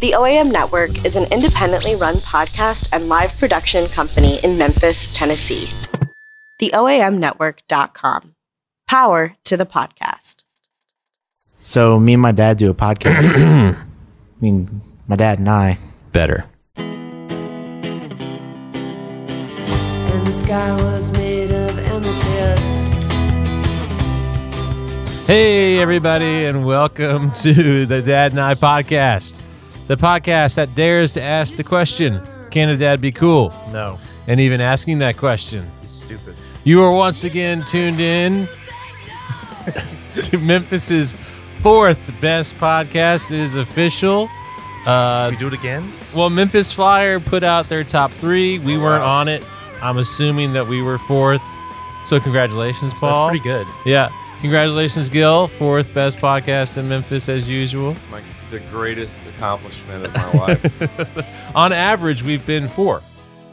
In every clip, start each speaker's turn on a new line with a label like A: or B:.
A: The OAM Network is an independently run podcast and live production company in Memphis, Tennessee. The TheOAMNetwork.com. Power to the podcast.
B: So me and my dad do a podcast. I mean, my dad and I.
C: Better.
D: and the sky was made of amethyst.
C: Hey, everybody, and welcome to the Dad and I podcast, the podcast that dares to ask the question Can a dad be cool?
E: No,
C: And even asking that question,
E: he's stupid.
C: you are once again tuned in to Memphis's fourth best podcast. It is official. Uh,
E: we do it again?
C: well, Memphis Flyer put out their top three. We weren't on it. I'm assuming that we were fourth. So, congratulations, Paul.
E: That's pretty good.
C: Yeah. Congratulations, Gil. Fourth best podcast in Memphis, as usual.
F: my, the greatest accomplishment of my life.
C: On average, we've been four.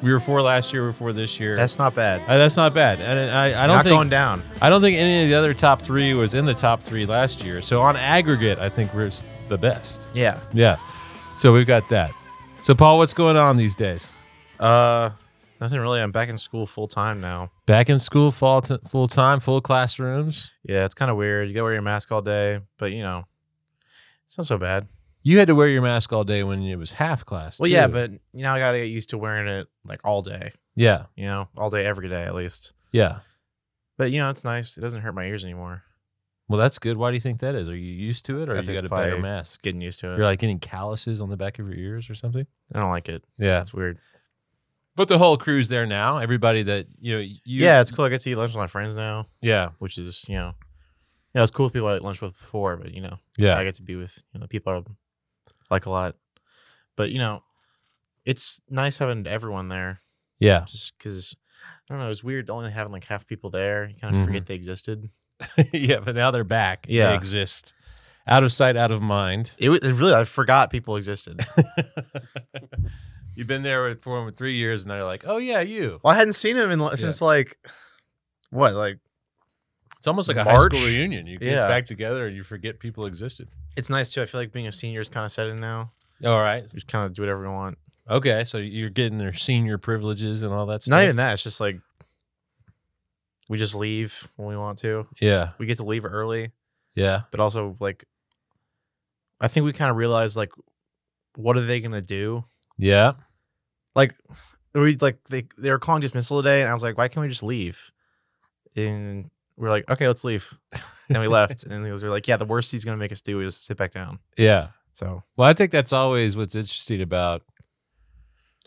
C: We were four last year. We were four this year.
E: That's not bad.
C: Uh, that's not bad. And I, I don't
E: Not
C: think
E: going down.
C: I don't think any of the other top three was in the top three last year. So on aggregate, I think we're s- the best.
E: Yeah.
C: Yeah. So we've got that. So Paul, what's going on these days?
E: Uh, nothing really. I'm back in school full time now.
C: Back in school, full t- full time, full classrooms.
E: Yeah, it's kind of weird. You gotta wear your mask all day, but you know, it's not so bad.
C: You had to wear your mask all day when it was half class.
E: Well,
C: too.
E: yeah, but now I gotta get used to wearing it like all day.
C: yeah,
E: You know, all day every day at least.
C: yeah.
E: But you know, it's nice. It doesn't hurt my ears anymore.
C: Well, that's good. Why do you think that is? Are you used to it, or
E: I
C: have you
E: think
C: got a
E: it's
C: better
E: probably
C: mask?
E: Getting used to it.
C: You're like getting calluses on the back of your ears or something.
E: I don't like it.
C: Yeah,
E: It's weird.
C: but the whole crew's there now. Everybody that you know, you,
E: yeah, it's cool. I get to eat lunch with my friends now,
C: yeah,
E: which is you know, yeah, it's cool with people I ate lunch with before, but you know, I
C: yeah.
E: get to be with you know people I like a lot, but you know, it's nice having everyone there
C: yeah,
E: just because I don't know. It's weird only having like half people there. You kind of
C: Mhm.
E: forget they existed.
C: yeah. But now they're back.
E: Yeah.
C: they exist, out of sight, out of mind.
E: It, was, it really I forgot people existed.
C: You've been there with, for them three years, and they're like, "Oh yeah, you."
E: well, I hadn't seen him in li- since like what like
C: It's almost like a high
E: March?
C: school reunion. You get
E: Yeah.
C: back together, and you forget people existed.
E: it's nice too. I feel like being a senior is kind of set in now.
C: All right,
E: You just kind of do whatever you want.
C: okay. So you're getting their senior privileges and all that
E: It's
C: stuff.
E: not even that. It's just like we just leave when we want to.
C: yeah,
E: We get to leave early.
C: yeah,
E: but also like I think we kind of realized like what are they gonna do?
C: yeah,
E: Like we like they they were calling dismissal today, and I was like, why can't we just leave? And we are like, okay, let's leave. And we left, and they were like, yeah, the worst he's gonna make us do is sit back down.
C: yeah.
E: So
C: Well, I think that's always what's interesting about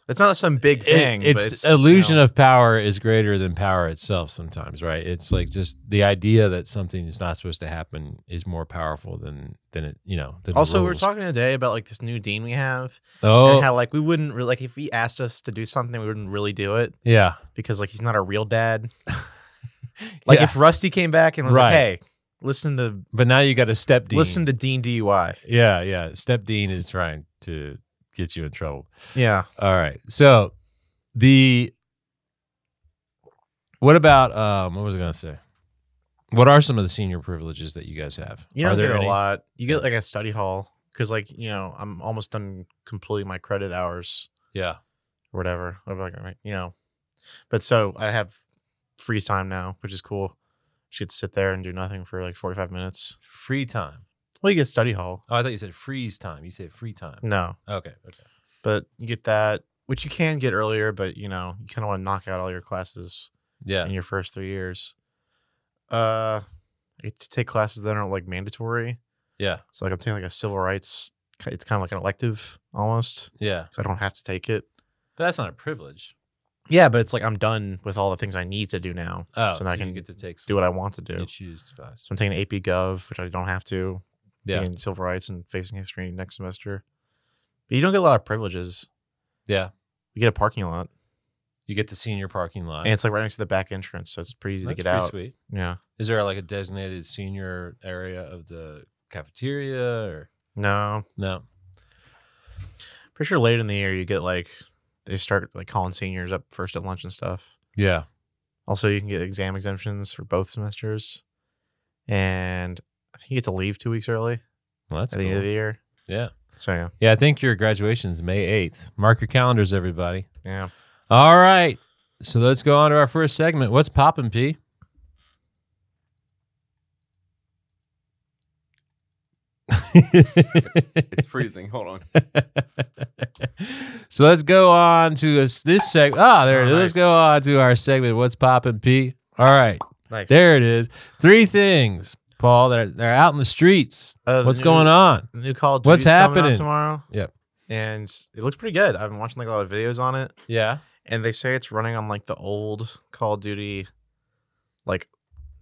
E: it's not some big
C: It-
E: thing. but
C: it's,
E: it's
C: illusion
E: you know,
C: of power is greater than power itself sometimes, right? It's like just the idea that something is not supposed to happen is more powerful than than it, you know. Than the
E: Also, we were
C: rules.
E: talking today about like this new dean we have,
C: Oh,
E: and how like we wouldn't really like if he asked us to do something, we wouldn't really do it.
C: yeah,
E: because like he's not a real dad. like
C: Yeah.
E: if Rusty came back and was
C: Right.
E: like, "Hey, listen to
C: but now you got a step dean.
E: listen to Dean DUI,"
C: yeah, yeah. Step dean is trying to get you in trouble.
E: yeah,
C: All right, so the what about um? What was I gonna say? What are some of the senior privileges that you guys have?
E: you
C: are
E: don't
C: there
E: get it
C: any?
E: a lot. You get like a study hall because like you know I'm almost done completing my credit hours
C: Yeah,
E: or whatever. I'm like, all right, you know, but so I have free time now, which is cool. She could sit there and do nothing for like 45 minutes.
C: free time.
E: Well, you get study hall.
C: Oh, I thought you said freeze time. You said free time.
E: No,
C: Okay. Okay.
E: but you get that, which you can get earlier, but you know, you kind of want to knock out all your classes.
C: Yeah.
E: in your first three years. Uh, I get to take classes that aren't like mandatory.
C: Yeah.
E: So like I'm taking like a civil rights. ki- It's kind of like an elective almost.
C: Yeah.
E: So I don't have to take it.
C: But that's not a privilege.
E: Yeah, but it's like I'm done with all the things I need to do now.
C: Oh,
E: so,
C: so,
E: now I
C: you
E: can
C: get to take
E: do what I want to do.
C: you choose to buy.
E: So I'm taking AP Gov, which I don't have to.
C: Yeah.
E: Taking civil rights and facing history next semester. But you don't get a lot of privileges.
C: Yeah.
E: You get a parking lot,
C: You get the senior parking lot.
E: and it's like right next to the back entrance, so it's pretty easy
C: that's
E: to get out.
C: pretty sweet.
E: Yeah.
C: Is there like a designated senior area of the cafeteria or
E: No,
C: no?
E: Pretty sure late in the year you get like they start like calling seniors up first at lunch and stuff.
C: Yeah.
E: Also, you can get exam exemptions for both semesters, and I think you get to leave two weeks early
C: Well, that's
E: at the end of
C: cool.
E: the year.
C: Yeah.
E: So yeah,
C: Yeah, I think your graduation's May 8th. Mark your calendars, everybody.
E: yeah.
C: All right. So let's go on to our first segment. What's poppin', P?
F: It's freezing. Hold on.
C: so let's go on to this, this segment. Ah, there it is.
E: Oh,
C: Let's
E: nice.
C: go on to our segment. What's poppin', P? All right.
E: Nice.
C: There it is. Three things, Paul, that are, that are out in the streets.
E: Uh, the
C: What's
E: new-
C: going on?
E: the New Call of
C: What's
E: Duty's coming out
C: happening?
E: tomorrow?
C: Yep.
E: And it looks pretty good. I've been watching like a lot of videos on it,
C: Yeah.
E: and they say it's running on like the old Call of Duty, like,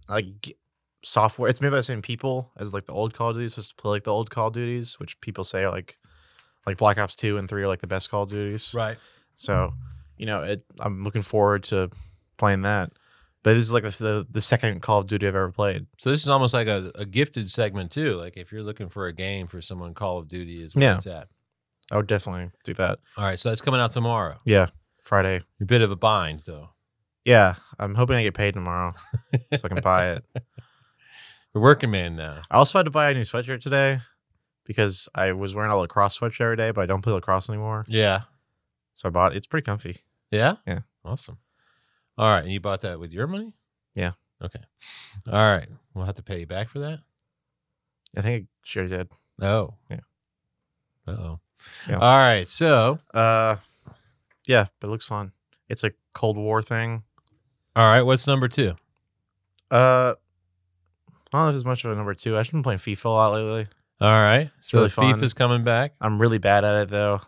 E: like g- software. It's made by the same people as like the old Call of Duty. It's supposed to play like the old Call of Duties, which people say are like, like Black Ops Two and Three are like the best Call of Duties.
C: Right.
E: So, you know, it, I'm looking forward to playing that. But this is like the the second Call of Duty I've ever played.
C: So this is almost like a, a gifted segment too. Like if you're looking for a game for someone, Call of Duty is where
E: Yeah.
C: it's at.
E: I would definitely do that
C: All right, so that's coming out tomorrow.
E: Friday.
C: You're a bit of a bind though.
E: Yeah, I'm hoping I get paid tomorrow so I can buy it.
C: You're a working man now.
E: I also had to buy a new sweatshirt today because I was wearing a lacrosse sweatshirt every day, but I don't play lacrosse anymore.
C: Yeah.
E: So I bought it. It's pretty comfy.
C: Yeah?
E: Yeah.
C: Awesome. All right. And you bought that with your money?
E: Yeah.
C: Okay. All right. We'll have to pay you back for that.
E: I think I sure did.
C: Oh.
E: Yeah.
C: Uh oh.
E: Yeah.
C: All right. So
E: Uh, yeah, but it looks fun. It's a Cold War thing.
C: all right, what's number two?
E: Uh, I don't know if it's much of a number two. I've just been playing FIFA a lot lately.
C: All right. so
E: really fun.
C: FIFA's coming back.
E: I'm really bad at it though.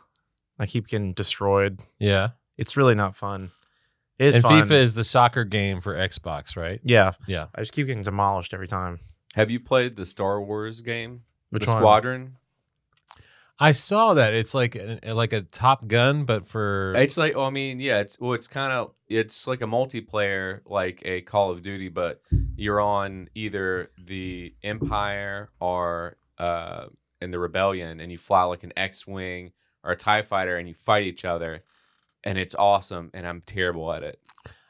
E: I keep getting destroyed.
C: Yeah.
E: It's really not fun. It is
C: and
E: fun.
C: FIFA is the soccer game for Xbox, right?
E: yeah,
C: Yeah.
E: I just keep getting demolished every time.
F: Have you played the Star Wars game?
E: Which
F: the
E: one?
F: Squadron.
C: I saw that. It's like a, like a Top Gun, but for
F: It's like, oh, I mean, yeah. It's well, it's kind of it's like a multiplayer, like a Call of Duty, but you're on either the Empire or uh, in the Rebellion, and you fly like an X-wing or a Tie fighter, and you fight each other, and it's awesome. And I'm terrible at it.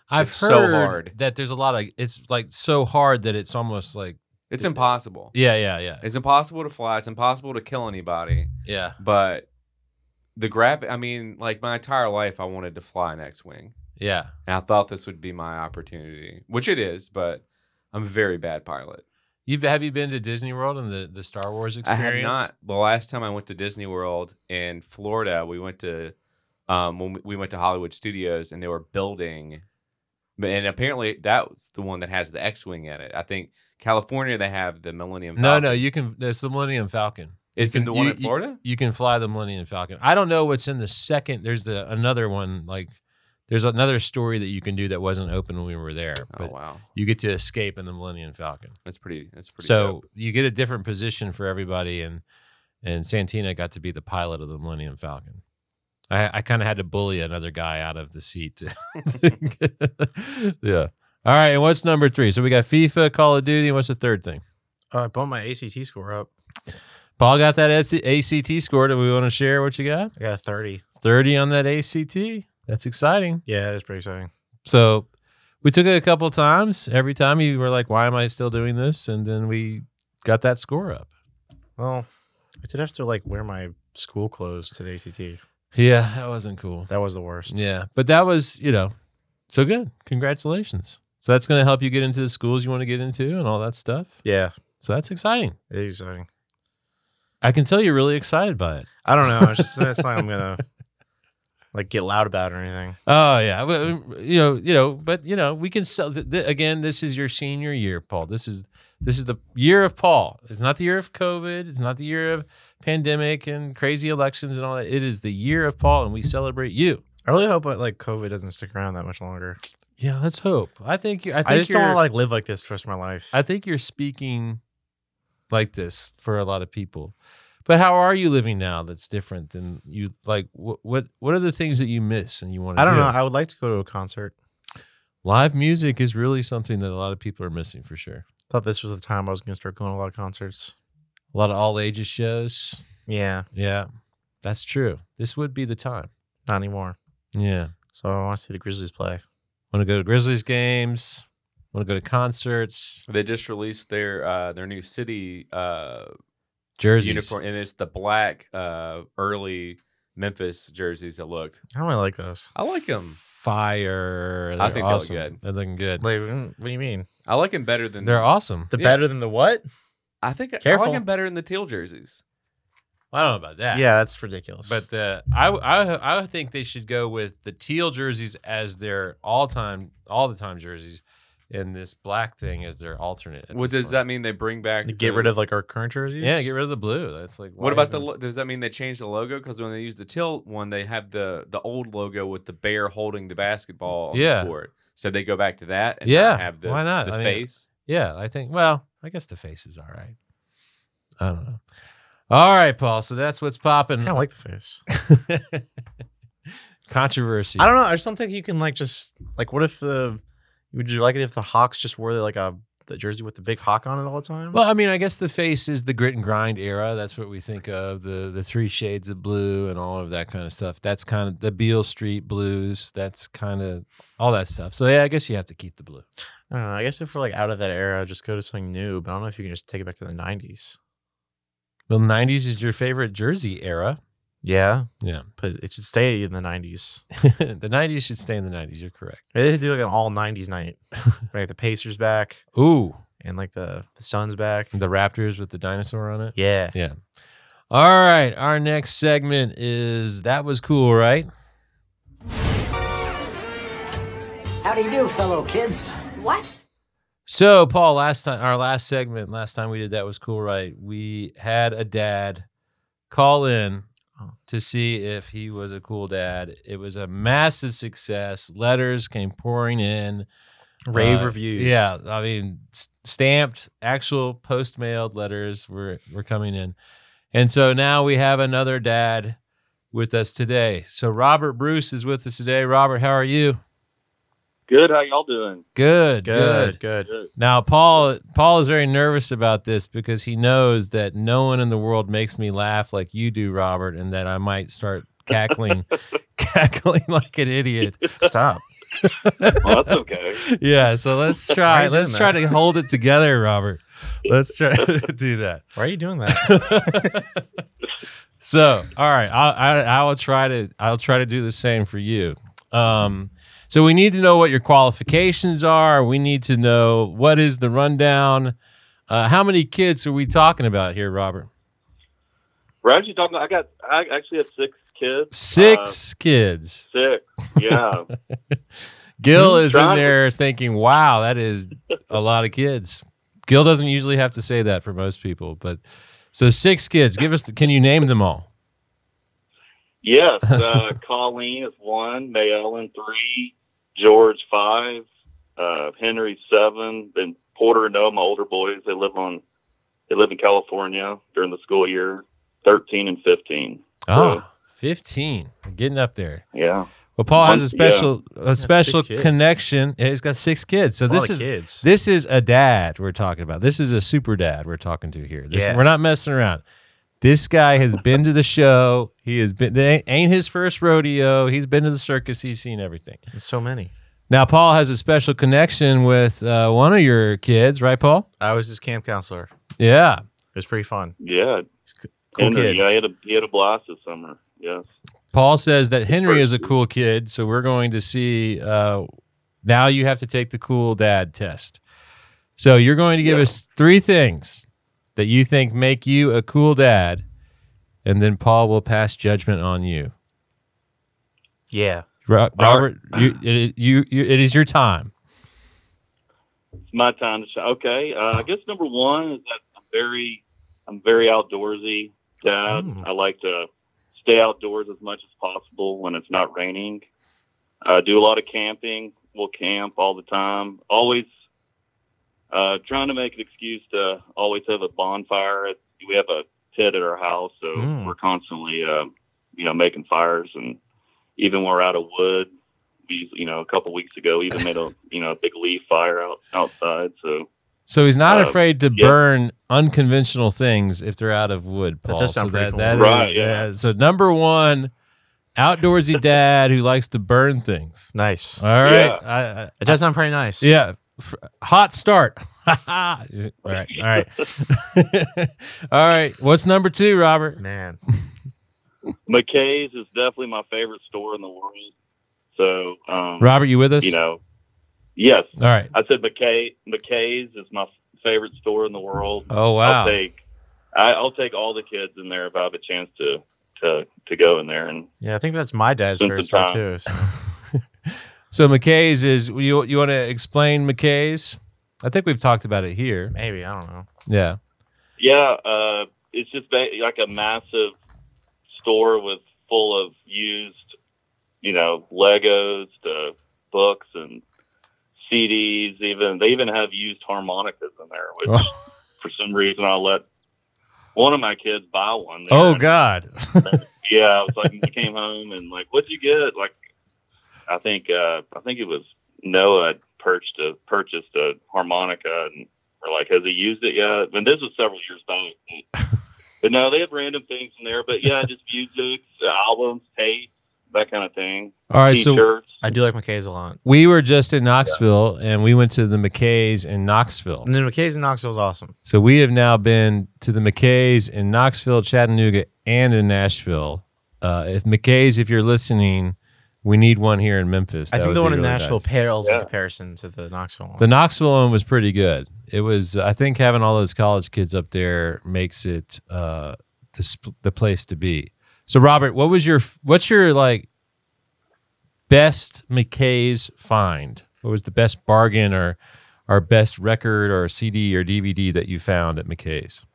C: I've
F: It's
C: heard
F: so hard.
C: that there's a lot of it's like so hard that it's almost like
F: It's impossible.
C: yeah yeah yeah
F: It's impossible to fly. It's impossible to kill anybody.
C: yeah
F: But the graphic, I mean, like my entire life, I wanted to fly an X-wing.
C: yeah.
F: And I thought this would be my opportunity, which it is, but I'm a very bad pilot.
C: You've have you been to Disney World and the the Star Wars experience?
F: I have not. The last time I went to Disney World in Florida, we went to um when we, we went to Hollywood Studios and they were building and apparently that was the one that has the X-wing in it. I think California they have the Millennium
C: No,
F: Falcon.
C: no, you can. It's the Millennium Falcon.
F: It's
C: you
F: in
C: can-
F: the one
C: you-
F: in Florida?
C: You can fly the Millennium Falcon. I don't know what's in the second. There's the another one like there's another story that you can do that wasn't open when we were there,
F: Oh
C: but
F: wow.
C: you get to escape in the Millennium Falcon.
F: That's pretty that's pretty
C: so
F: dope.
C: you get a different position for everybody, and and Santina got to be the pilot of the Millennium Falcon. I, I kind of had to bully another guy out of the seat. To, to- yeah. All right. And what's number three? So we got FIFA, Call of Duty. And what's the third thing?
E: Uh, I bumped my ACT score up.
C: Paul got that AC ACT score. Do we want to share what you got?
E: I got a 30.
C: 30 on that ACT. That's exciting.
E: Yeah, it is pretty exciting.
C: So we took it a couple times. Every time you were like, why am I still doing this? And then we got that score up.
E: Well, I did have to like wear my school clothes to the ACT.
C: Yeah. That wasn't cool.
E: That was the worst.
C: Yeah, but that was you know so good. Congratulations. So that's going to help you get into the schools you want to get into and all that stuff.
E: Yeah,
C: So that's exciting.
E: it is exciting.
C: I can tell you're really excited by it.
E: I don't know. It's just that's not I'm gonna like get loud about or anything.
C: Oh yeah, Well, you know, you know, but you know, we can sell. Th- th- again, this is your senior year, Paul. This is this is the year of Paul. It's not the year of COVID. It's not the year of pandemic and crazy elections and all that. It is the year of Paul, and we celebrate you.
E: I really hope uh, like COVID doesn't stick around that much longer.
C: Yeah, let's hope. I think you. I, think
E: I, just don't
C: you're-
E: want to like live like this for the rest of my life.
C: I think you're speaking like this for a lot of people. But how are you living now that's different than you like what what what are the things that you miss and you want to
E: I don't know. I would like to go to a concert.
C: Live music is really something that a lot of people are missing for sure.
E: Thought this was the time I was gonna start going to a lot of concerts.
C: A lot of all ages shows.
E: Yeah,
C: Yeah. That's true. This would be the time.
E: not anymore.
C: Yeah.
E: So I want to see the Grizzlies play.
C: Want to go to Grizzlies games? Want to go to concerts?
F: They just released their uh their new city uh
C: jerseys.
F: uniform, and it's the black uh, early Memphis jerseys that looked.
E: I don't really like those.
F: I like them.
C: Fire.
F: I
C: They're
F: think they look
C: awesome.
F: good.
C: They're looking good.
E: Like, mm, what do you mean?
F: I like them better than
C: They're awesome.
E: The
F: Yeah.
E: better than the what?
F: I think I
E: Careful.
F: like them better than the teal jerseys.
C: I don't know about that.
E: Yeah, that's ridiculous.
C: But the I I I think they should go with the teal jerseys as their all time all the time jerseys, and this black thing as their alternate. at
F: What
C: this
F: does
C: point.
F: that mean? They bring back
E: You get
F: the-
E: rid of like our current jerseys.
C: Yeah, get rid of the blue. That's like why
F: What about the?
C: even-
F: lo- Does that mean they changed the logo? Because when they use the tilt one, they have the the old logo with the bear holding the basketball. on the
C: Yeah.
F: court. So they go back to that. And
C: Yeah,
F: Not have the
C: why not?
F: the
C: I mean,
F: face?
C: Yeah, I think. Well, I guess the face is all right. I don't know. All right, Paul. So that's what's popping.
E: I don't like the face.
C: Controversy.
E: I don't know. I just don't think you can like just like. What if the? Would you like it if the Hawks just wore like a the jersey with the big hawk on it all the time?
C: Well, I mean, I guess the face is the grit and grind era. That's what we think of the the three shades of blue and all of that kind of stuff. That's kind of the Beale Street blues. That's kind of all that stuff. So yeah, I guess you have to keep the blue.
E: I don't know. I guess if we're like out of that era, just go to something new. But I don't know if you can just take it back to the '90s.
C: The '90s is your favorite jersey era.
E: Yeah,
C: Yeah,
E: but it should stay in the '90s.
C: the '90s should stay in the '90s. You're correct.
E: Maybe They should do like an all '90s night. Right, the Pacers back
C: Ooh,
E: and like the, the Suns back.
C: the Raptors with the dinosaur on it.
E: Yeah,
C: Yeah. All right. Our next segment is that was cool, right?
G: How do you do, fellow kids?
H: What?
C: So, Paul, last time, our last segment, last time we did that was cool, right? We had a dad call in
E: Oh.
C: to see if he was a cool dad. It was a massive success. Letters came pouring in.
E: rave
C: Uh,
E: reviews.
C: Yeah, I mean, s- stamped actual post mailed letters were were coming in, and so now we have another dad with us today. So Robert Bruce is with us today. Robert, how are you?
I: Good. How y'all doing?
C: Good,
E: good, good.
C: Now Paul Paul is very nervous about this because he knows that no one in the world makes me laugh like you do, Robert, and that I might start cackling, cackling like an idiot.
E: Stop.
I: Well, that's okay.
C: Yeah, so let's
E: Why are
C: try.
E: you
C: Let's
E: doing
C: try
E: that?
C: to hold it together, Robert. Let's try to do that.
E: Why are you doing that?
C: so, all right, I, I I will try to I'll try to do the same for you. Um, so we need to know what your qualifications are. We need to know what is the rundown. Uh, how many kids are we talking about here, Robert?
I: We're actually talking. I got. I actually have six kids.
C: Six kids.
I: Uh, six. Yeah.
C: Gil is in
I: trying to-
C: there thinking, "Wow, that is a lot of kids." Gil doesn't usually have to say that for most people, but so six kids. Give us. The, can you name them all?
I: yes. Uh, Colleen is one. May Ellen three. George five. Uh, Henry seven. Then Porter and Noah, my older boys. They live on. They live in California during the school year. Thirteen and fifteen.
C: Oh, 15. Getting up there.
I: Yeah.
C: Well, Paul has a
I: Yeah.
C: special a special
E: six kids.
C: connection. Yeah, he's got six kids. So
E: It's a lot
C: this
E: of
C: is
E: kids.
C: this is a dad we're talking about. This is a super dad we're talking to here. This,
E: Yeah.
C: We're not messing around. This guy has been to the show. He has been. They ain't his first rodeo. He's been to the circus. He's seen everything.
E: There's so many.
C: Now, Paul has a special connection with uh, one of your kids, right, Paul?
E: I was his camp counselor. It
C: Yeah.
E: was pretty fun.
I: Yeah.
E: It's c- cool
I: Henry,
E: kid.
I: Yeah. He had a he had a blast this summer. Yeah.
C: Paul says that Henry is a cool kid, so we're going to see. Uh, now you have to take the cool dad test. So you're going to give
I: Yeah.
C: us three things that you think make you a cool dad, and then Paul will pass judgment on you.
E: Yeah.
C: Ro- Robert, you, it, you, you, it is your time.
I: It's my time to shine. Okay, uh, I guess number one is that I'm very, I'm very outdoorsy dad.
E: Mm.
I: I like to stay outdoors as much as possible when it's not raining. I do a lot of camping. We'll camp all the time. Always uh, trying to make an excuse to always have a bonfire. We have a pit at our house, so
E: Mm.
I: we're constantly, uh, you know, making fires. And even when we're out of wood, we, you know, a couple weeks ago, even made a, you know, a big leaf fire out outside. So
C: So he's not
I: Uh,
C: afraid to
I: yeah.
C: burn unconventional things if they're out of wood,
E: That
C: Paul.
E: does sound
C: so
E: pretty cool.
C: is-
I: Right, yeah.
C: So number one, outdoorsy dad who likes to burn things.
E: Nice.
C: Uh, All right.
I: Yeah.
C: I, I,
E: It does sound pretty nice.
C: Yeah, f- hot start. all right. All right. all right. What's number two, Robert?
E: Man,
I: McKay's is definitely my favorite store in the world. So, um,
C: Robert, you with us?
I: you know, yes,
C: All right.
I: I said McKay. McKay's is my favorite store in the world.
C: Oh
I: I'll
C: wow.
I: take, I, I'll take all the kids in there if I have a chance to to to go in there. And
E: yeah, I think that's my dad's
I: Since
E: favorite
I: it's
E: store
I: time.
E: too. So.
C: So McKay's is you you want to explain McKay's? I think we've talked about it here.
E: Maybe I don't know.
C: Yeah.
I: yeah, uh, it's just ba- like a massive store with full of used, you know, Legos to books and CDs. Even they even have used harmonicas in there, which for some reason I let one of my kids buy one. there.
C: Oh God.
I: yeah, I was like, we came home and like, what'd you get? Like, I think uh, I think it was Noah had purchased a purchased a harmonica, and we're like, has he used it yet? And this was several years back. but no, they have random things in there. But yeah, just music, albums, tapes, that kind of thing.
C: All right. So
I: T-shirts.
E: I do like McKay's a lot.
C: We were just in Knoxville and we went to the McKays in Knoxville.
E: And then McKay's in Knoxville is awesome.
C: So we have now been to the McKays in Knoxville, Chattanooga, and in Nashville. Uh, if McKays, if you're listening, we need one here in Memphis.
E: I
C: That
E: think
C: would
E: the
C: be
E: one in
C: really
E: Nashville
C: nice.
E: pales in
I: Yeah.
E: comparison to the Knoxville one.
C: The Knoxville one was pretty good. It was, uh, I think, having all those college kids up there makes it uh, the sp- the place to be. So, Robert, what was your what's your like best McKay's find? What was the best bargain or our best record or CD or DVD that you found at McKay's?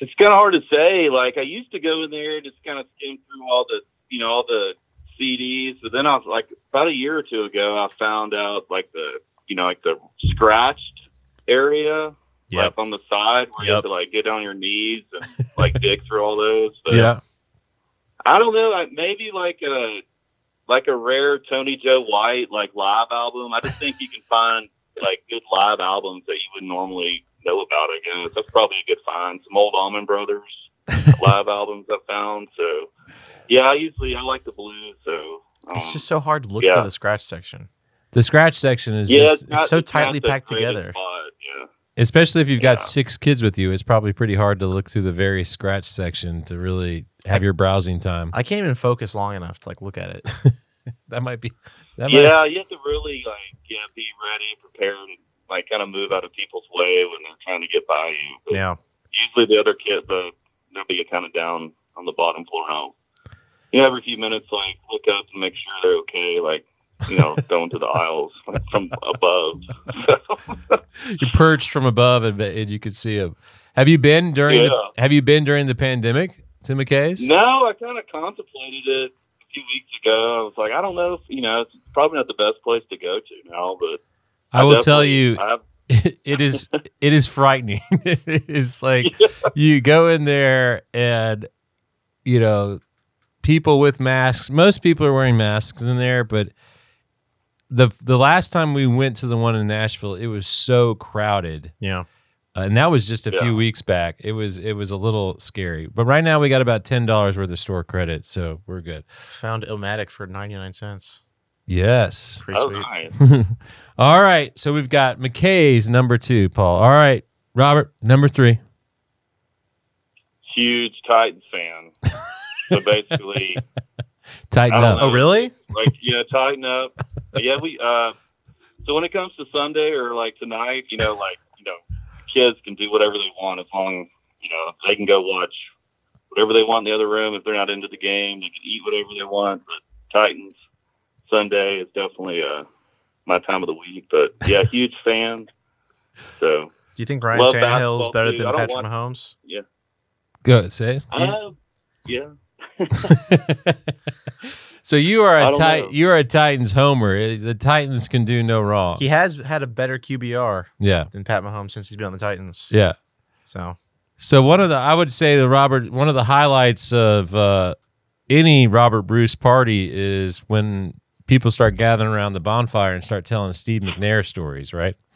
I: it's kind of hard to say. Like I used to go in there and just kind of skim through all the, you know, all the CDs. But then I was like, about a year or two ago, I found out like the, you know, like the scratched area,
C: Yep.
I: like on the side where you have to like get on your knees and like dig through all those. But
C: yeah.
I: I don't know. Like maybe like a like a rare Tony Joe White like live album. I just think you can find like good live albums that you would normally know about. I guess that's probably a good find. Some old Almond Brothers live albums I found. So yeah, I usually I like the blues. So um,
E: it's just so hard to look
I: yeah.
E: through the scratch section.
C: The scratch section is
I: yeah,
C: just,
I: not-
E: so
I: not
E: tightly
I: the
E: packed
I: greatest
E: together.
I: spot, yeah.
C: especially if you've got
I: Yeah.
C: six kids with you, it's probably pretty hard to look through the various scratch section to really have your browsing time.
E: I can't even focus long enough to like look at it.
C: That might be, that might,
I: Yeah, you have to really like yeah, be ready, prepared, and like kind of move out of people's way when they're trying to get by you. But
E: yeah.
I: usually the other kid the they'll be kind of down on the bottom floor now. You know, every few minutes, like look up and make sure they're okay. Like you know, going to the aisles like, from above.
C: you perched from above and, and you could see them. Have you been during the, have you been during the pandemic to McKay's?
I: no, I kind of contemplated it a few weeks ago. I was like, I don't know, if, you know, it's probably not the best place to go to now, but
C: I will tell
I: definitely-
C: you,
I: I've,
C: it is it is frightening. it's like you go in there and you know people with masks. Most people are wearing masks in there, but the the last time we went to the one in Nashville, it was so crowded,
E: Yeah.
C: uh, and that was just a
I: Yeah.
C: few weeks back. It was it was a little scary, but right now we got about ten dollars worth of store credit, so we're good.
E: Found Illmatic for 99 cents.
C: Yes.
E: Pretty
I: oh,
E: sweet.
I: nice.
C: All right, so we've got McKay's number two, Paul. All right, Robert, number three.
I: huge Titans fan. so basically,
C: Tighten
I: I don't
C: up.
I: know.
E: Oh, really?
I: like yeah, tighten up. But yeah, we. Uh, so when it comes to Sunday or like tonight, you know, like you know, kids can do whatever they want as long you know they can go watch whatever they want in the other room. If they're not into the game, they can eat whatever they want. But Titans Sunday is definitely uh, my time of the week. But yeah, huge fan. So
E: Do you think Ryan
I: Love
E: Tannehill's
I: basketball,
E: better
I: dude.
E: than
I: I don't
E: Patrick
I: want-
E: Mahomes?
C: Go say. it.
I: uh, yeah,
C: so you are
I: I
C: a
I: don't
C: tit-
I: know.
C: you are a Titans homer. Uh, The Titans can do no wrong.
E: He has had a better QBR
C: yeah,
E: than Pat Mahomes since he's been on the Titans.
C: yeah.
E: So
C: So one of the I would say the Robert one of the highlights of uh, any Robert Bruce party is when people start gathering around the bonfire and start telling Steve McNair stories. Right?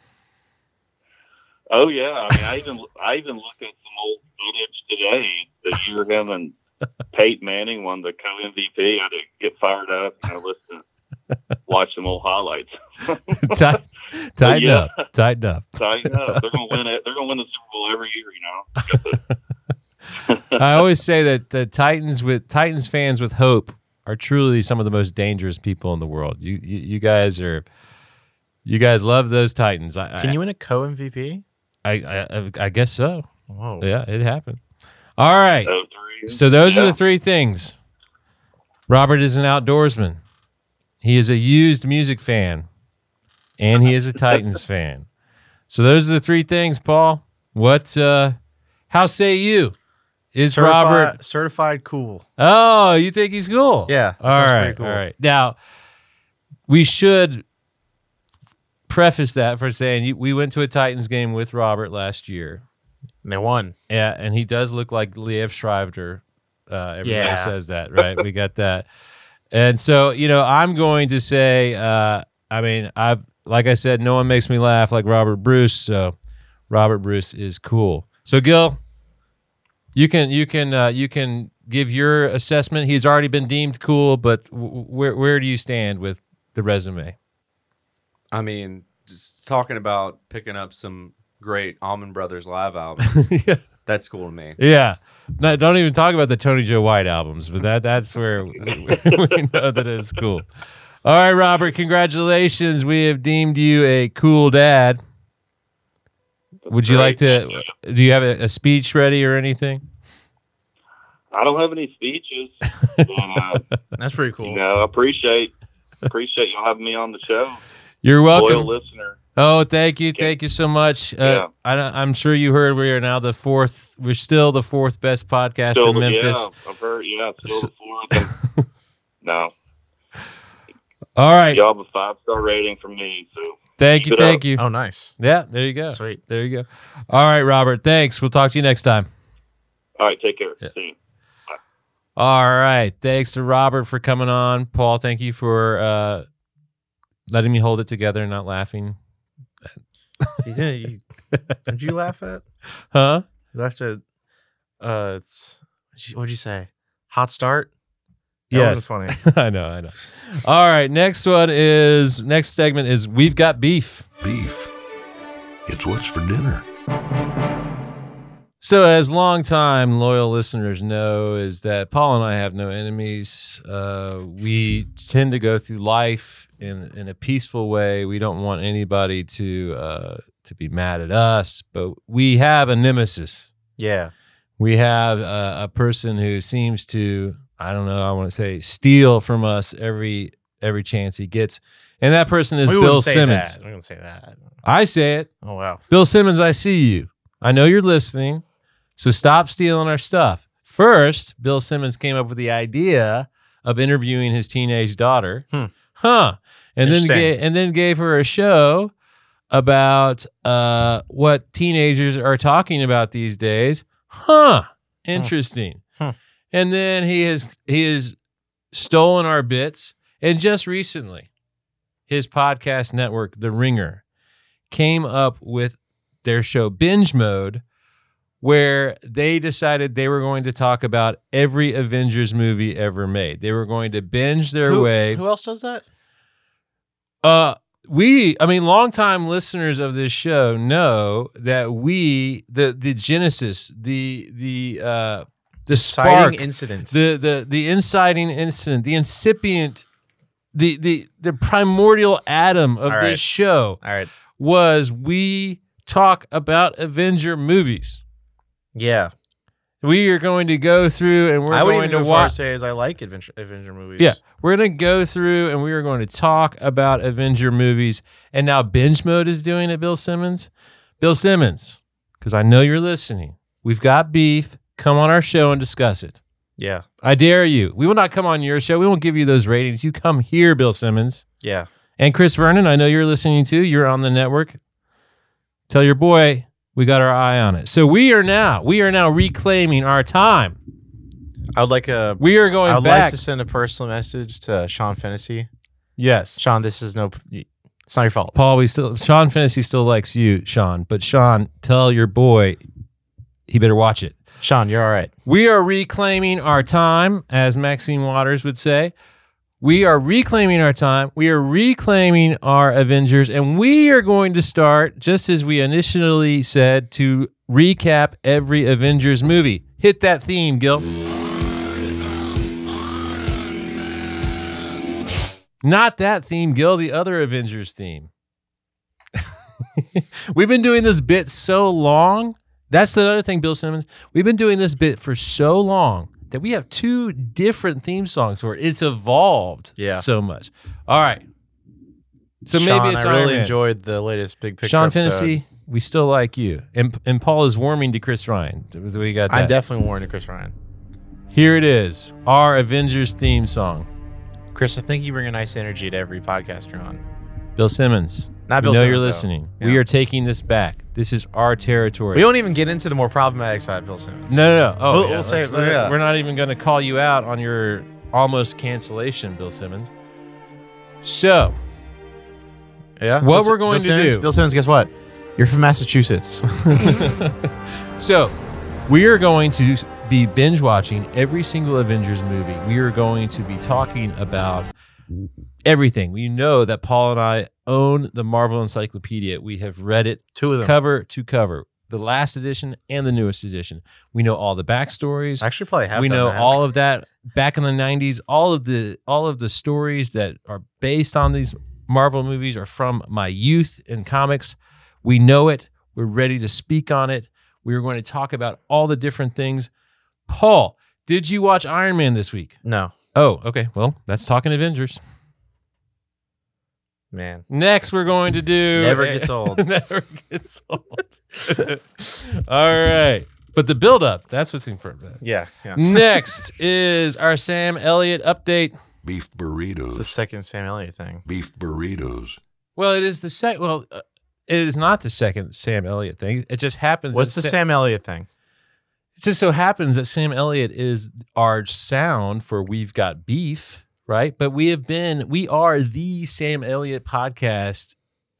I: Oh yeah, I mean, I even I even looked at some old footage today that you were him and Peyton Manning won the co MVP. I had to get fired up and I listened, watch some old highlights.
C: Ti- Tighten
I: Oh, yeah.
C: up. Tighten up.
I: Tighten up. They're gonna win it. They're gonna win the Super Bowl every year. You know.
C: I always say that the Titans with Titans fans with hope are truly some of the most dangerous people in the world. You you, you guys are you guys love those Titans. I
E: Can you win a co MVP?
C: I, I I I guess so.
E: Whoa.
C: Yeah, it happened. All right.
I: Oh, three.
C: So those are
I: Yeah.
C: the three things. Robert is an outdoorsman. He is a used music fan, and he is a Titans fan. So those are the three things, Paul. What? uh How say you? Is
E: Certifi-
C: Robert?
E: certified cool?
C: Oh, you think he's cool?
E: Yeah, that
C: All
E: sounds pretty
C: right.
E: cool.
C: All right. Now, we should preface that for saying you, we went to a Titans game with Robert last year.
E: And they won.
C: Yeah, and he does look like Liev Schreiber. Uh, everybody
E: Yeah.
C: says that, right? we got that. And so, you know, I'm going to say, uh, I mean, I've like I said, no one makes me laugh like Robert Bruce. So Robert Bruce is cool. So Gil, you can you can uh, you can give your assessment. He's already been deemed cool, but w- w- where where do you stand with the resume?
F: I mean, just talking about picking up some great Almond Brothers live albums.
C: yeah.
F: that's cool to me.
C: Yeah. No, don't even talk about the Tony Joe White albums, but that that's where we know that it's cool. All right, Robert, congratulations. We have deemed you a cool dad. Would you like to do you have a, a speech ready or anything?
I: I don't have any speeches. but, uh,
E: That's pretty cool.
I: You know, I appreciate appreciate y'all having me on the show.
C: You're
I: Loyal
C: welcome.
I: listener.
C: Oh, thank you. Thank you so much. Uh,
I: Yeah.
C: I, don't- I'm sure you heard we are now the fourth, we're still the fourth best podcast
I: Still
C: in
I: the-
C: Memphis.
I: Yeah, I've heard. Yeah, still the fourth. and- no,
C: All right.
I: y'all have a five star rating from me. So
C: Thank you.
I: Keep it up.
C: Thank you.
E: Oh, nice.
C: Yeah, there you go.
E: Sweet.
C: There you go. All right, Robert. Thanks. We'll talk to you next time.
I: all right, take care.
C: Yeah.
I: See you.
C: All right. Thanks to Robert for coming on. Paul, thank you for uh, letting me hold it together and not laughing.
E: He's in. He, did you laugh at?
C: Huh?
E: You laughed at. Uh, it's what'd you say? Hot start. That
C: Yes.
E: wasn't funny.
C: I know. I know. All right. Next one is next segment is we've got beef.
H: Beef. It's what's for dinner.
C: So, as longtime loyal listeners know, is that Paul and I have no enemies. Uh, we tend to go through life in in a peaceful way. We don't want anybody to uh, to be mad at us, but we have a nemesis.
E: Yeah.
C: We have a, a person who seems to I don't know. I want to say steal from us every every chance he gets, and that person is
E: we
C: Bill
E: wouldn't say
C: Simmons.
E: That. We wouldn't say that.
C: I say it.
E: Oh wow.
C: Bill Simmons, I see you. I know you're listening. So stop stealing our stuff. First, Bill Simmons came up with the idea of interviewing his teenage daughter.
E: Hmm.
C: Huh. And then
E: Interesting.
C: gave, and then gave her a show about uh, what teenagers are talking about these days. Huh. Interesting.
E: Hmm.
C: And then he has he has stolen our bits. And just recently, his podcast network, The Ringer, came up with their show Binge Mode, where they decided they were going to talk about every Avengers movie ever made. They were going to binge their
E: Who,
C: way.
E: who else does that?
C: Uh, we, I mean, longtime listeners of this show know that we, the the genesis, the the uh, the spark,
E: Citing incidents.
C: the the the inciting incident, the incipient, the the the primordial atom of
E: All right.
C: this show
E: All right.
C: was we talk about Avenger movies.
E: Yeah.
C: We are going to go through and we're
E: I would
C: going
E: even go
C: to
E: as far
C: watch.
E: as say is I like adventure adventure movies.
C: Yeah, we're going to go through and we are going to talk about Avenger movies. And now Binge Mode is doing it, Bill Simmons. Bill Simmons, because I know you're listening. We've got beef. Come on our show and discuss it.
E: Yeah.
C: I dare you. We will not come on your show. We won't give you those ratings. You come here, Bill Simmons.
E: Yeah.
C: And Chris Vernon, I know you're listening too. You're on the network. Tell your boy we got our eye on it. So we are now, we are now reclaiming our time.
E: I would like uh, a.
C: We are going
E: I would
C: back.
E: like to send a personal message to Sean Fennessy.
C: yes.
E: Sean, this is no. It's not your fault.
C: Paul, we still Sean Fantasy still likes you, Sean. But Sean, tell your boy he better watch it.
E: Sean, you're all right.
C: We are reclaiming our time, as Maxine Waters would say. We are reclaiming our time. We are reclaiming our Avengers, and we are going to start just as we initially said to recap every Avengers movie. Hit that theme, Gil. Not that theme, Gil. The other Avengers theme. We've been doing this bit so long. That's another thing, Bill Simmons. We've been doing this bit for so long that we have two different theme songs for it. It's evolved
E: Yeah.
C: so much. All right. So
E: Sean,
C: maybe it's
E: I
C: Iron
E: really
C: Man.
E: enjoyed the latest big picture.
C: Sean
E: episode.
C: Finnessy, we still like you. And and Paul is warming to Chris Ryan. We got
E: I'm
C: that.
E: definitely warning Chris Ryan.
C: Here it is, our Avengers theme song.
E: Chris, I think you bring a nice energy to every podcast you're on.
C: Bill Simmons.
E: Not
C: we
E: Bill
C: know you're
E: Simmons, though.
C: listening.
E: Yeah.
C: We are taking this back. This is our territory.
E: We don't even get into the more problematic side, of Bill Simmons.
C: No, no, no. Oh,
E: We'll-
C: yeah,
E: we'll say-
C: let's-
E: yeah.
C: We're not even going to call you out on your almost cancellation, Bill Simmons. So,
E: Yeah.
C: What
E: Bill Si-
C: we're going
E: Bill
C: to
E: Simmons-
C: do-
E: Bill Simmons, guess what? You're from Massachusetts.
C: so we are going to be binge watching every single Avengers movie. We are going to be talking about everything. We know that Paul and I own the Marvel Encyclopedia. We have read it
E: Two of them.
C: cover to cover, the last edition and the newest edition. We know all the backstories.
E: Actually, probably have.
C: we
E: done
C: know
E: that.
C: all of that back in the 90s all of the all of the stories that are based on these marvel movies are from my youth in comics we know it we're ready to speak on it we're going to talk about all the different things paul did you watch iron man this week
E: No,
C: oh okay well that's talking avengers
E: man.
C: next we're going to do
E: Never gets old.
C: never gets old all right but the build up that's what's important
E: Yeah. Yeah.
C: Next is our Sam Elliott update.
H: Beef
E: It's the
H: burritos.
E: second Sam Elliott thing.
H: Beef burritos.
C: Well, it is the sec. Well, uh, it is not the second Sam Elliott thing. It just happens.
E: What's
C: that
E: the Sam Elliott thing?
C: It just so happens that Sam Elliott is our sound for "We've Got Beef," right? But we have been, we are the Sam Elliott podcast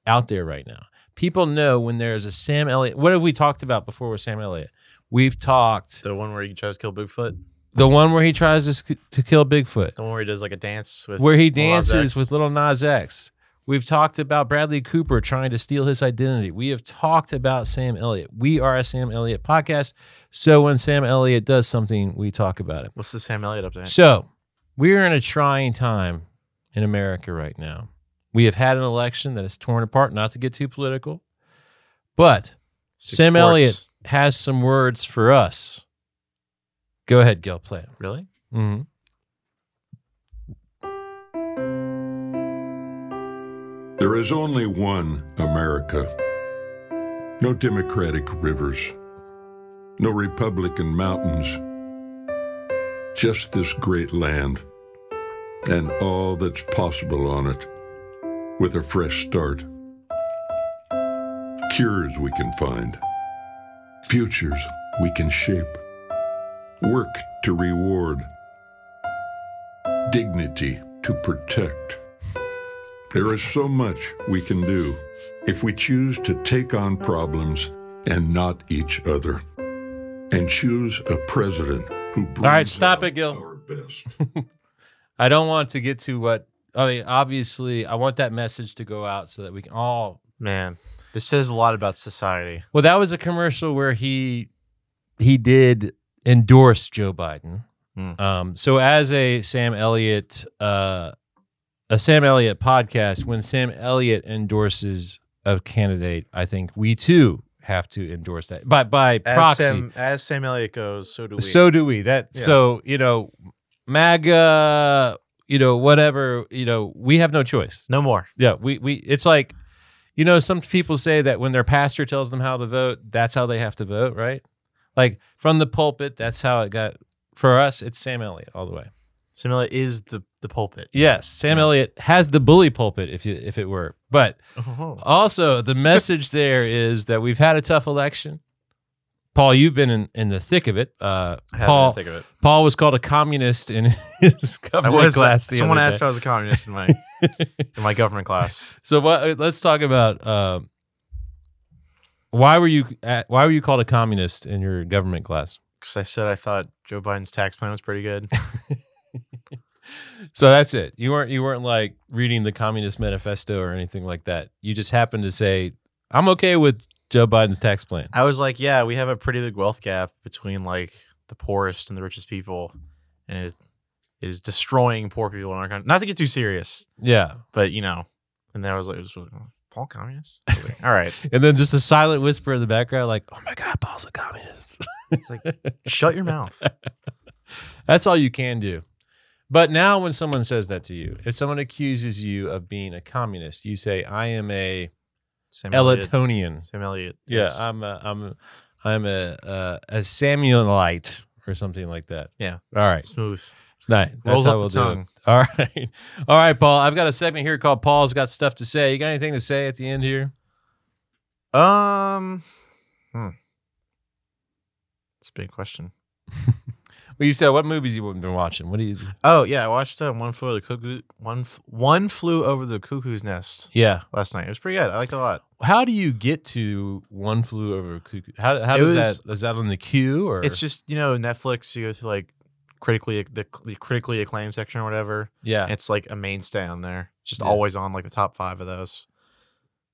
C: out there right now. People know when there is a Sam Elliott. What have we talked about before with Sam Elliott? We've talked
E: The one where he tries to kill Bigfoot.
C: the one where he tries to, sc- to kill Bigfoot.
E: The one where he does like a dance with.
C: where he
E: Lil Nas
C: dances
E: X.
C: with Little Nas X. We've talked about Bradley Cooper trying to steal his identity. We have talked about Sam Elliott. We are a Sam Elliott podcast. So when Sam Elliott does something, we talk about it.
E: What's the Sam Elliott up there?
C: So we're in a trying time in America right now. We have had an election that is torn apart, not to get too political, but
E: Six
C: Sam
E: sports.
C: Elliott has some words for us. Go ahead, Gil, play it.
E: Really?
C: Mm-hmm.
H: There is only one America. No Democratic rivers, no Republican mountains, just this great land and all that's possible on it with a fresh start. Cures we can find, futures we can shape, work to reward, dignity to protect. There is so much we can do if we choose to take on problems and not each other, and choose a president who brings
C: right, stop
H: out
C: it, Gil.
H: our best.
C: I don't want to get to what I mean. Obviously, I want that message to go out so that we can all.
E: Man, this says a lot about society.
C: Well, that was a commercial where he he did endorse Joe Biden.
E: Mm.
C: Um, so as a Sam Elliott uh, a Sam Elliott podcast, when Sam Elliott endorses a candidate, I think we too have to endorse that by by
E: As
C: proxy.
E: Sam, as Sam Elliott goes, so do we.
C: So do we. That
E: Yeah.
C: so you know, MAGA, you know, whatever, you know, we have no choice.
E: no more.
C: Yeah, we we it's like you know some people say that when their pastor tells them how to vote, that's how they have to vote, right? Like from the pulpit, that's how it got for us. It's Sam Elliott all the way.
E: Sam Elliott is the the pulpit.
C: Yes, Sam Elliott has the bully pulpit if you, if it were. But
E: Oh.
C: also the message there is that we've had a tough election. Paul, you've been in, in the thick of it. Uh, Paul,
E: think of it.
C: Paul was called a communist in his
E: I
C: government
E: was,
C: class. the
E: someone
C: other
E: asked
C: day.
E: if I was a communist in my in my government class.
C: So what, let's talk about um why were you at, why were you called a communist in your government class?
E: because I said I thought Joe Biden's tax plan was pretty good.
C: So that's it. You weren't you weren't like reading the Communist Manifesto or anything like that. You just happened to say, "I'm okay with Joe Biden's tax plan."
E: I was like, yeah, we have a pretty big wealth gap between like the poorest and the richest people, and it is destroying poor people in our country. Not to get too serious,
C: Yeah,
E: but you know. And then I was like, it was, Paul communist? I was like, All right,
C: and then just a silent whisper in the background, like, "Oh my God, Paul's a communist."
E: It's like, shut your mouth.
C: That's all you can do. But now, when someone says that to you, if someone accuses you of being a communist, you say, "I am a
E: Sam Elliott.
C: Elletonian."
E: Sam Elliott.
C: Yeah,
E: Yes.
C: I'm a, I'm a, I'm a uh, a Samuelite or something like that.
E: Yeah.
C: All right.
E: smooth.
C: It's not. That's
E: Rolls
C: how
E: off
C: we'll
E: the
C: do it.
E: tongue.
C: All right. All right, Paul. I've got a segment here called Paul's Got Stuff to Say. You got anything to say at the end here?
E: Um, hmm. It's a big question.
C: Well, you said what movies you have been watching? What do you?
E: Oh yeah, I watched uh, one flew over the cuckoo one F- one flew over the cuckoo's nest
C: Yeah.
E: last night. It was pretty good. I liked it a lot.
C: How do you get to One Flew Over a Cuckoo? How, how
E: It
C: does
E: was-
C: that? Is that on the queue or?
E: It's just you know Netflix. You go through like critically the, the critically acclaimed section or whatever.
C: yeah.
E: It's like a mainstay on there. It's just
C: Yeah.
E: always on like the top five of those.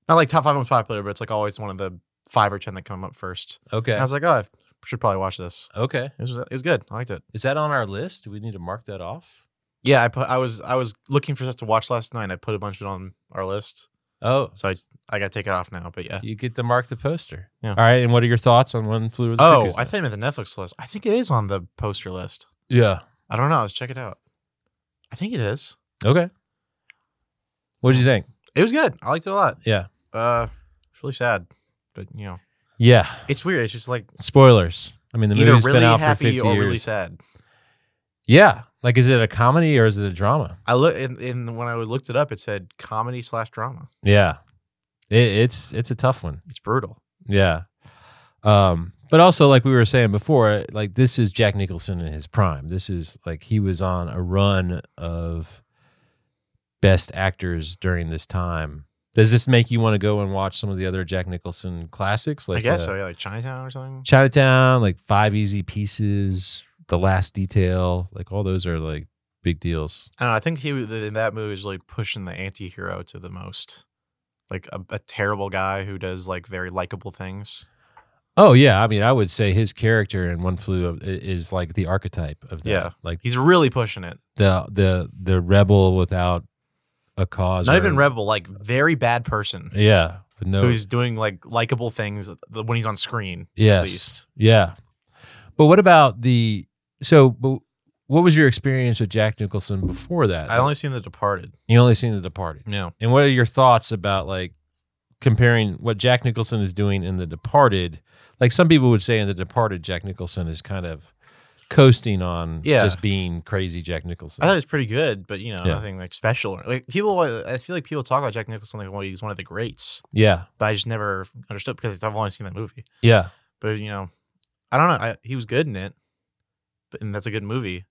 E: Not like top five most popular, but it's like always one of the five or ten that come up first. And
C: Okay.
E: I was like, oh, I should probably watch this.
C: Okay.
E: It was it was good. I liked it.
C: Is that on our list? Do we need to mark that off?
E: Yeah, I put I was I was looking for stuff to watch last night. and I put a bunch of it on our list,
C: Oh,
E: so I I gotta take it off now. But yeah.
C: you get to mark the poster.
E: Yeah.
C: All right. And what are your thoughts on One Flew Over the
E: Oh,
C: Cuckoo's
E: I
C: Nest?
E: thought you meant the Netflix list. I think it is on the poster list.
C: Yeah.
E: I don't know. Let's check it out. I think it is.
C: Okay. What do you think?
E: It was good. I liked it a lot.
C: Yeah.
E: Uh, it's really sad, but you know,
C: Yeah.
E: it's weird. It's just like
C: Spoilers. I mean, the
E: either
C: movie's
E: really
C: been out for
E: happy
C: 50
E: or
C: years.
E: really sad.
C: Yeah. Like, is it a comedy or is it a drama?
E: I look in, in when I looked it up, it said comedy slash drama.
C: Yeah. It, it's it's a tough one.
E: It's brutal.
C: Yeah. Um, but also, like we were saying before, like this is Jack Nicholson in his prime. This is like he was on a run of best actors during this time. Does this make you want to go and watch some of the other Jack Nicholson classics? Like
E: I guess
C: uh,
E: so. Yeah, like Chinatown or something.
C: Chinatown, like Five Easy Pieces, The Last Detail, like all those are like big deals.
E: I don't know. I think he was- in that movie is really pushing the anti-hero to the most. Like a, a terrible guy who does like very likable things.
C: Oh yeah, I mean, I would say his character in One Flew Over- i- is like the archetype of that.
E: Yeah.
C: like
E: He's really pushing it.
C: the the the rebel without a cause.
E: Not
C: or-
E: even rebel, like very bad person
C: Yeah, with no.
E: who's doing like likable things when he's on screen.
C: yes,
E: least.
C: yeah. But what about the so? But what was your experience with Jack Nicholson before that?
E: I only seen The Departed.
C: you only seen The Departed.
E: Yeah.
C: And what are your thoughts about like comparing what Jack Nicholson is doing in The Departed? Like some people would say in The Departed, Jack Nicholson is kind of coasting on
E: Yeah.
C: just being crazy Jack Nicholson.
E: I thought it was pretty good, but you know,
C: Yeah.
E: nothing like special. Like people, I feel like people talk about Jack Nicholson like well, he's one of the greats,
C: yeah,
E: but I just never understood because I've only seen that movie.
C: yeah,
E: But you know, I don't know. I, he was good in it, but, and that's a good movie.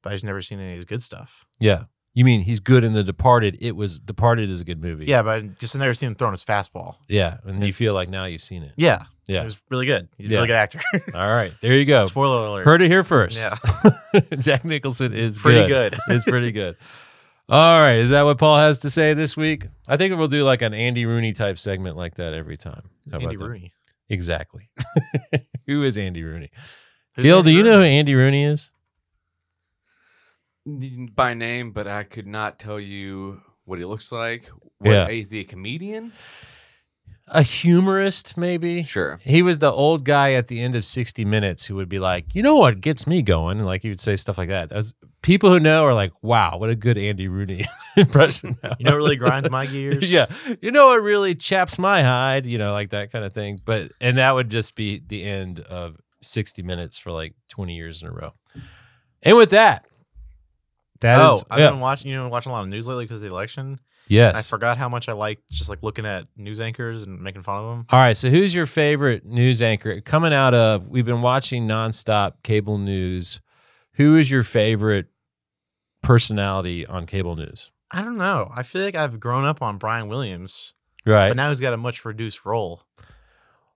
E: But I just never seen any of his good stuff.
C: yeah. You mean he's good in The Departed? It was Departed is a good movie.
E: Yeah, but I just never seen him throwing his fastball.
C: yeah. And you feel like now you've seen it.
E: Yeah,
C: Yeah.
E: it was really good. He's
C: Yeah.
E: a really good actor.
C: All right, there you go.
E: Spoiler alert.
C: Heard it here first. Yeah. Jack Nicholson
E: It's
C: is
E: pretty
C: good.
E: good.
C: it's pretty good. All right, is that what Paul has to say this week? I think we'll do like an Andy Rooney type segment like that every time. How about
E: Andy
C: that?
E: Rooney.
C: Exactly. who is Andy Rooney?
E: Who's
C: Bill,
E: Andy
C: do you
E: Rooney?
C: know who Andy Rooney is?
F: by name, but I could not tell you what he looks like. What,
C: Yeah.
F: Is he a comedian?
C: A humorist, maybe.
F: Sure.
C: He was the old guy at the end of 60 Minutes who would be like, you know what gets me going? And like he would say stuff like that. As people who know are like, wow, what a good Andy Rooney impression.
E: You know, what really grinds my gears.
C: yeah. You know what really chaps my hide, you know, like that kind of thing. But and that would just be the end of 60 minutes for like 20 years in a row. And with that, that
E: oh,
C: is-
E: I've
C: yeah,
E: been watching. You know, watching a lot of news lately because of the election. I
C: yes.
E: forgot how much I like just like looking at news anchors and making fun of them.
C: All right, so who's your favorite news anchor coming out of? We've been watching nonstop cable news. Who is your favorite personality on cable news?
E: I don't know. I feel like I've grown up on Brian Williams,
C: Right.
E: but now he's got a much reduced role.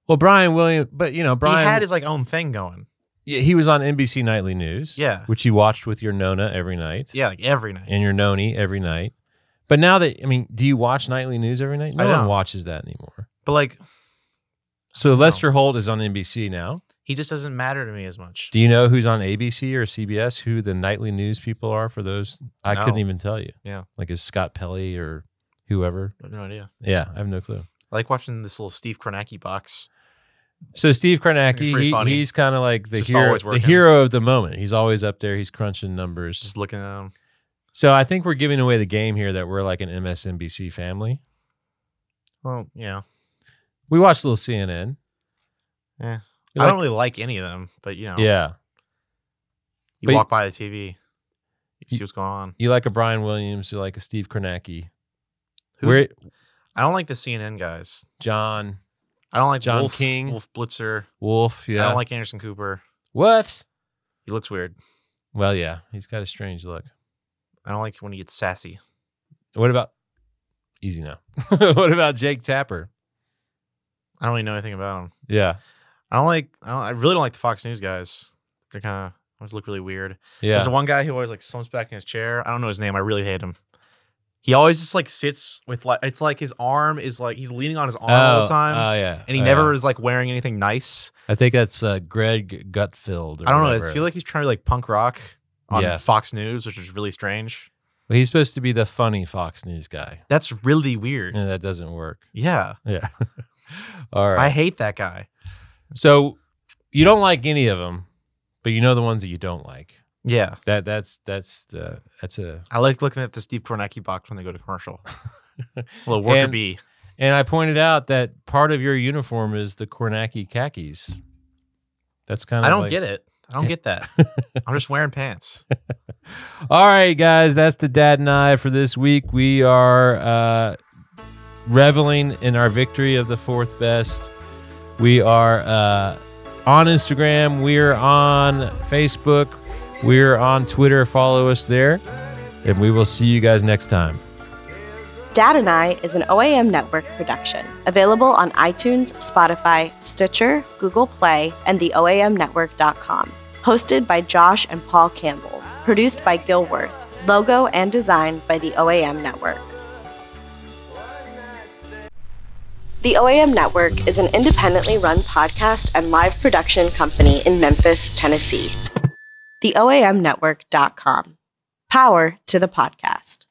C: well, Brian Williams, but you know, Brian
E: he had his like own thing going.
C: Yeah, he was on NBC Nightly News.
E: Yeah.
C: which you watched with your Nona every night.
E: Yeah, like every night.
C: and your noni every night. But now that I mean, do you watch nightly news every night? No
E: I
C: one
E: don't.
C: watches that anymore.
E: But like
C: So Lester Holt is on NBC now.
E: he just doesn't matter to me as much.
C: Do you know who's on ABC or CBS? Who the nightly news people are for those? I
E: No.
C: couldn't even tell you.
E: Yeah.
C: like is Scott Pelley or whoever?
E: I have no idea.
C: Yeah, I have no clue.
E: I like watching this little Steve Kornacki box.
C: So Steve
E: He's
C: Karnacki,
E: pretty
C: he-
E: funny.
C: he's kind of like the
E: Just
C: hero,
E: always
C: the
E: working.
C: hero of the moment. He's always up there. He's crunching numbers.
E: Just looking at him.
C: so I think we're giving away the game here that we're like an MSNBC family.
E: Well, yeah.
C: We watch a little CNN.
E: Yeah.
C: We
E: I
C: like-
E: don't really like any of them, but you know,
C: yeah.
E: you
C: but-
E: walk by the TV, you see what's going on.
C: You like a Brian Williams. You like a Steve Kornacki.
E: Who's-
C: Where
E: I don't like the CNN guys.
C: John
E: I don't like
C: John
E: Wolf,
C: King.
E: Wolf Blitzer.
C: Wolf. Yeah.
E: I don't like Anderson Cooper.
C: what?
E: He looks weird.
C: Well, yeah, he's got a strange look.
E: I don't like when he gets sassy.
C: What about? Easy now. what about Jake Tapper?
E: I don't really know anything about him.
C: Yeah.
E: I don't like. I, don't, I really don't like the Fox News guys. They're kind of always look really weird.
C: Yeah.
E: There's the one guy who always like slumps back in his chair. I don't know his name. I really hate him. He always just like sits with like it's like his arm is like he's leaning on his arm all the time,
C: Oh, yeah.
E: and he
C: Oh,
E: never
C: yeah.
E: is like wearing anything nice.
C: I think that's uh, Greg Gutfield. Or
E: I don't know. I
C: whatever.
E: feel like he's trying to like punk rock on
C: Yeah.
E: Fox News, which is really strange.
C: Well, he's supposed to be the funny Fox News guy,
E: That's really weird. Yeah,
C: and that doesn't work. Yeah. All right.
E: I hate that guy.
C: so you don't like any of them, but you know the ones that you don't like.
E: Yeah,
C: That that's that's the that's a
E: I like looking at the Steve Kornacki box when they go to commercial. Little worker
C: And-
E: bee.
C: And I pointed out that part of your uniform is the Kornacki khakis. That's kind of
E: I don't
C: like-
E: get it. I don't get that. I'm just wearing pants.
C: All right, guys, that's the dad and I for this week. We are uh, reveling in our victory of the fourth best. We are uh, on Instagram. We're on Facebook. We're on Twitter. Follow us there. And we will see you guys next time.
A: Dad and I is an OAM network production, available on iTunes, Spotify, Stitcher, Google Play, and the OAMnetwork.com. Hosted by Josh and Paul Campbell. Produced by Gilworth. Logo and design by the OAM Network. The OAM Network is an independently run podcast and live production company in Memphis, Tennessee. TheOAMNetwork.com. Power to the podcast.